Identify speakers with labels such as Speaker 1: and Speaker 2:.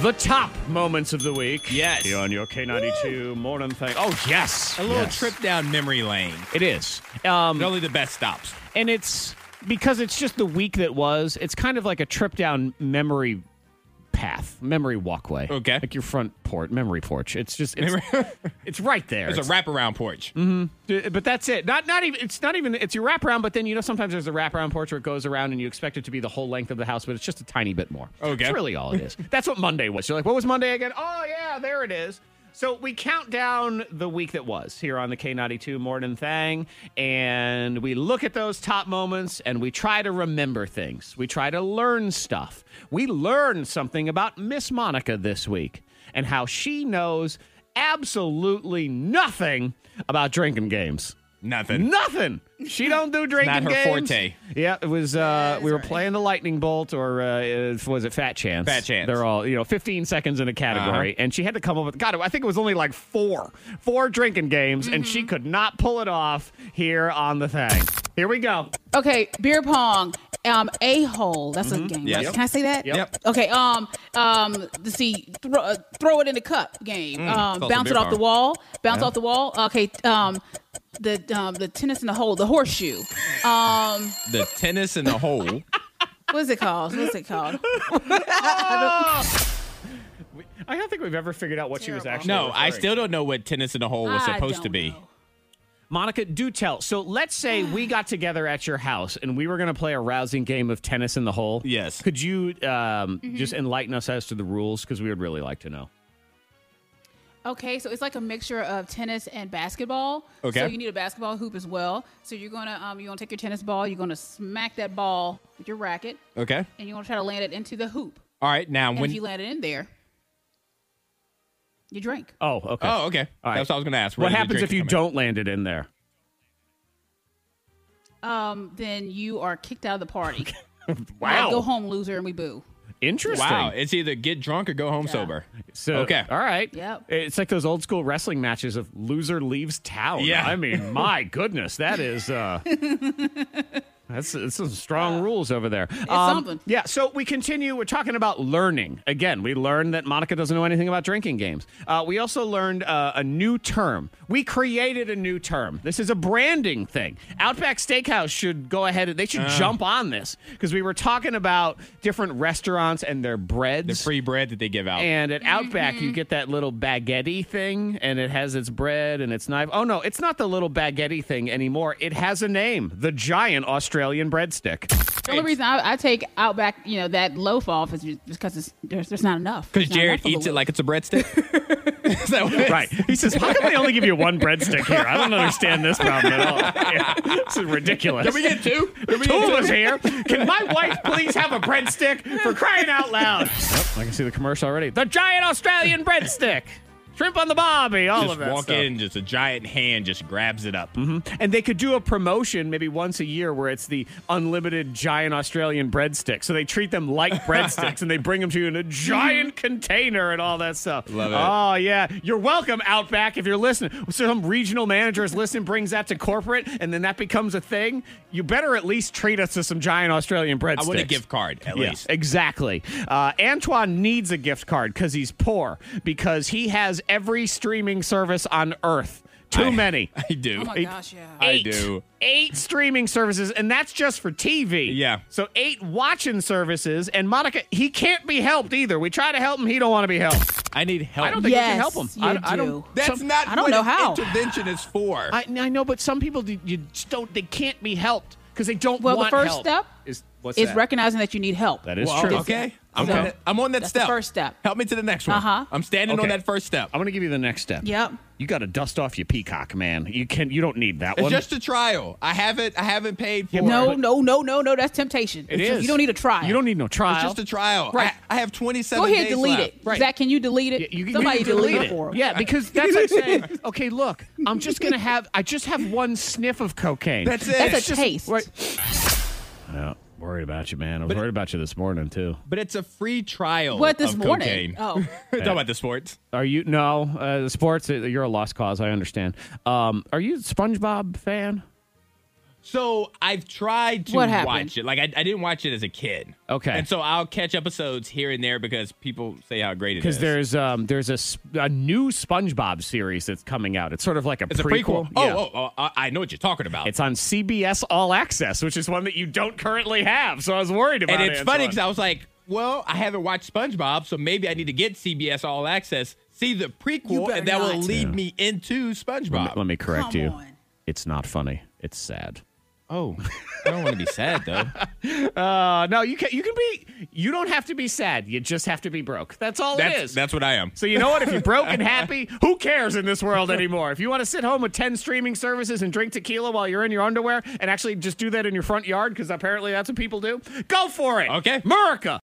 Speaker 1: the top moments of the week.
Speaker 2: Yes.
Speaker 1: Here on your K92 morning thing. Oh, yes.
Speaker 2: A little
Speaker 1: Yes.
Speaker 2: trip down memory lane.
Speaker 1: It is. Um,
Speaker 2: But only the best stops.
Speaker 1: and it's because it's just the week that was. It's kind of like a trip down memory path, memory walkway.
Speaker 2: Okay.
Speaker 1: like your front porch, memory porch. It's just it's, it's Mm-hmm. right there.
Speaker 2: There's a wraparound porch.
Speaker 1: It's- uh, but that's it. Not not even it's not even it's your wraparound. But then you know sometimes there's a wraparound porch where it goes around and you expect it to be the whole length of the house, but it's just a tiny bit more.
Speaker 2: Okay.
Speaker 1: that's really all it is. that's what Monday was. You're like, what was Monday again? Oh yeah, there it is. So we count down the week that was here on the K92 Morning Thing, and we look at those top moments and we try to remember things. We try to learn stuff. We learned something about Miss Monica this week and how she knows absolutely nothing about drinking games.
Speaker 2: Nothing.
Speaker 1: Nothing. She don't do drinking
Speaker 2: her
Speaker 1: games.
Speaker 2: forte.
Speaker 1: Yeah, it was. Uh, we were playing the lightning bolt, or uh, it- was it Fat Chance?
Speaker 2: Fat Chance. Uh-huh.
Speaker 1: They're all you know, 15 seconds in a category, and she had to come up with. God, I think it was only like four, four drinking games, and she could not pull it off here on the thing. Here we go.
Speaker 3: Okay, beer pong. Um, a hole. That's a game.
Speaker 2: Yes.
Speaker 3: right? Can I say that?
Speaker 1: Yep.
Speaker 2: Mm-hmm. Yep.
Speaker 3: Okay. Um. Um. Let's see. Throw, uh, throw it in the cup. Game.
Speaker 2: Mm,
Speaker 3: um.
Speaker 2: called
Speaker 3: Bounce
Speaker 2: the
Speaker 3: it
Speaker 2: beer
Speaker 3: off the
Speaker 2: pong.
Speaker 3: wall. Bounce off the wall. Okay. Um. The um the tennis in the hole. The horseshoe. Um.
Speaker 2: The tennis in the hole.
Speaker 3: What's it called? What's it called?
Speaker 1: I don't think we've ever figured out what she was
Speaker 3: Terrible.
Speaker 1: actually.
Speaker 2: No, I
Speaker 1: referring to.
Speaker 2: still don't know what tennis in the hole was
Speaker 3: I
Speaker 2: supposed
Speaker 3: don't
Speaker 2: to be.
Speaker 3: know.
Speaker 1: Monica, do tell. So let's say we got together at your house and we were going to play a rousing game of tennis in the hole.
Speaker 2: Yes.
Speaker 1: Could you um, just enlighten us as to the rules? Because we would really like to know.
Speaker 3: Okay, so it's like a mixture of tennis and basketball.
Speaker 2: Okay.
Speaker 3: So you need a basketball hoop as well. So you're gonna um, you're gonna take your tennis ball. You're gonna smack that ball with your racket,
Speaker 2: Okay.
Speaker 3: and you're gonna try to land it into the hoop.
Speaker 2: All right. Now
Speaker 3: And
Speaker 2: when.
Speaker 3: if you land it in there, you drink.
Speaker 1: Oh, okay.
Speaker 2: oh, okay.
Speaker 1: All right.
Speaker 2: That's what I was going to ask. Where
Speaker 1: What
Speaker 2: did the
Speaker 1: happens
Speaker 2: drink
Speaker 1: if you
Speaker 2: come in?
Speaker 1: don't land it in there?
Speaker 3: Um, then you are kicked out of the party.
Speaker 1: Wow.
Speaker 3: Go home, loser, and we boo.
Speaker 1: Interesting.
Speaker 2: Wow. It's either get drunk or go home sober.
Speaker 1: So,
Speaker 2: okay.
Speaker 1: All right.
Speaker 3: Yep.
Speaker 1: It's like those old school wrestling matches of loser leaves town.
Speaker 2: Yeah.
Speaker 1: I mean, my goodness, that is. Uh, That's, that's some strong rules over there. Um,
Speaker 3: something.
Speaker 1: Yeah, so we continue. We're talking about learning. Again, we learned that Monica doesn't know anything about drinking games. Uh, we also learned uh, a new term. We created a new term. This is a branding thing. Outback Steakhouse should go ahead. and They should
Speaker 2: Uh.
Speaker 1: jump on this because we were talking about different restaurants and their breads.
Speaker 2: The free bread that they give out.
Speaker 1: And at Outback,
Speaker 2: Mm-hmm.
Speaker 1: you get that little baguette thing, and it has its bread and its knife. Oh no, it's not the little baguette thing anymore. It has a name: the giant Australian breadstick.
Speaker 3: The only reason I, I take Outback, you know, that loaf off is just because it's, there's, there's not enough.
Speaker 2: Because
Speaker 3: There's not
Speaker 2: Jared
Speaker 3: enough of the
Speaker 2: eats it
Speaker 3: loaf.
Speaker 2: like it's a breadstick. Is that what it is?
Speaker 1: Right? He says, "How come they only give you one breadstick here? I don't understand this problem at all. Yeah, this is ridiculous."
Speaker 2: Can we get two? Can we
Speaker 1: Two
Speaker 2: get
Speaker 1: of
Speaker 2: two?
Speaker 1: us here. Can my wife please have a breadstick for crying out loud? Yep, I can see the commercial already. The giant Australian breadstick, shrimp on the bobby, all
Speaker 2: Just
Speaker 1: of that
Speaker 2: walk
Speaker 1: stuff.
Speaker 2: in, just a giant hand just grabs it up.
Speaker 1: And they could do a promotion maybe once a year where it's the unlimited giant Australian breadstick. So they treat them like breadsticks and they bring them to you in a giant container and all that stuff.
Speaker 2: Love it.
Speaker 1: Oh, yeah. You're welcome, Outback, if you're listening. Some regional manager is listening, brings that to corporate, and then that becomes a thing. You better at least treat us to some giant Australian breadsticks.
Speaker 2: I want a gift card at
Speaker 1: Yeah,
Speaker 2: least.
Speaker 1: exactly. Uh, Antoine needs a gift card because he's poor, because he has every streaming service on earth. Too
Speaker 2: I-
Speaker 1: many.
Speaker 2: I do.
Speaker 3: Oh my gosh, yeah.
Speaker 2: I
Speaker 1: Eight.
Speaker 2: do.
Speaker 1: Eight streaming services, and that's just for TV.
Speaker 2: Yeah.
Speaker 1: So eight watching services, and Monica, he can't be helped either. We try to help him, he don't want to be helped.
Speaker 2: I need help.
Speaker 1: I don't think we can
Speaker 3: Yes,
Speaker 1: help him.
Speaker 3: you
Speaker 1: I, I don't.
Speaker 3: do.
Speaker 2: That's
Speaker 1: some-
Speaker 2: not
Speaker 3: I don't
Speaker 2: what
Speaker 3: know
Speaker 2: an
Speaker 3: how.
Speaker 2: intervention is for.
Speaker 1: I, I know, but some people do- you just don't. They can't be helped because they don't
Speaker 3: Well, the
Speaker 1: want
Speaker 3: first
Speaker 1: help.
Speaker 3: step
Speaker 1: is what's
Speaker 3: It's
Speaker 1: that?
Speaker 3: recognizing that you need help.
Speaker 1: That is
Speaker 2: Well,
Speaker 1: true.
Speaker 2: Okay. I'm,
Speaker 3: So-
Speaker 2: on it. I'm on that
Speaker 3: That's the
Speaker 2: step.
Speaker 3: first step.
Speaker 2: Help me to the next one.
Speaker 3: Uh-huh.
Speaker 2: I'm standing on
Speaker 1: Okay.
Speaker 2: that first step.
Speaker 1: I'm gonna give you the next step.
Speaker 3: Yep.
Speaker 1: You got to dust off your peacock, man. You can. You don't need that
Speaker 2: it's
Speaker 1: one.
Speaker 2: just a trial. I haven't I haven't paid for
Speaker 3: No,
Speaker 2: it.
Speaker 3: no, no, no, no. That's temptation.
Speaker 1: It is.
Speaker 3: You don't need a trial.
Speaker 1: You don't need no trial.
Speaker 2: It's just a trial.
Speaker 1: Right.
Speaker 2: I, I have 27
Speaker 3: Go ahead,
Speaker 2: days
Speaker 3: delete
Speaker 2: left.
Speaker 3: it.
Speaker 2: Right.
Speaker 3: Zach, can you delete it?
Speaker 1: Yeah, you can
Speaker 3: Somebody
Speaker 1: you can
Speaker 3: delete,
Speaker 1: delete
Speaker 3: it for him.
Speaker 1: Yeah, because that's like saying, okay, look, I'm just gonna have, I just have one sniff of cocaine.
Speaker 2: That's it.
Speaker 3: That's
Speaker 2: It's
Speaker 3: a
Speaker 2: just-
Speaker 3: taste.
Speaker 1: Right. worried about you, man. I was worried about you this morning too.
Speaker 2: But it's a free trial.
Speaker 3: What this
Speaker 2: of
Speaker 3: morning?
Speaker 2: Cocaine.
Speaker 3: Oh,
Speaker 2: Talk about the sports.
Speaker 1: Are you no uh, the sports? uh, You're a lost cause. I understand. Um, are you a SpongeBob fan?
Speaker 2: So I've tried to
Speaker 3: What happened?
Speaker 2: watch it. Like I, I didn't watch it as a kid.
Speaker 1: Okay.
Speaker 2: And so I'll catch episodes here and there because people say how great it is.
Speaker 1: Because there's um there's a, sp- a new SpongeBob series that's coming out. It's sort of like a
Speaker 2: it's a
Speaker 1: prequel.
Speaker 2: prequel.
Speaker 1: Yeah.
Speaker 2: Oh, oh, oh, I- I know what you're talking about.
Speaker 1: It's on CBS All Access, which is one that you don't currently have. So I was worried about
Speaker 2: and
Speaker 1: it.
Speaker 2: it's funny because
Speaker 1: Antoine.
Speaker 2: I was like, well, I haven't watched SpongeBob, so maybe I need to get CBS All Access, see the
Speaker 3: You
Speaker 2: prequel,
Speaker 3: better
Speaker 2: and that will
Speaker 3: not.
Speaker 2: lead me into
Speaker 1: Let me,
Speaker 2: SpongeBob.
Speaker 1: let me correct
Speaker 3: Come
Speaker 1: you.
Speaker 3: on.
Speaker 1: It's not funny. It's sad.
Speaker 2: oh, I don't want to be sad though.
Speaker 1: Uh, no, you can you can be you don't have to be sad. You just have to be broke. That's all it
Speaker 2: That's
Speaker 1: is.
Speaker 2: that's what I am.
Speaker 1: so you know what? If you're broke and happy, who cares in this world anymore? If you want to sit home with ten streaming services and drink tequila while you're in your underwear, and actually just do that in your front yard because apparently that's what people do. Go for it.
Speaker 2: Okay.
Speaker 1: America.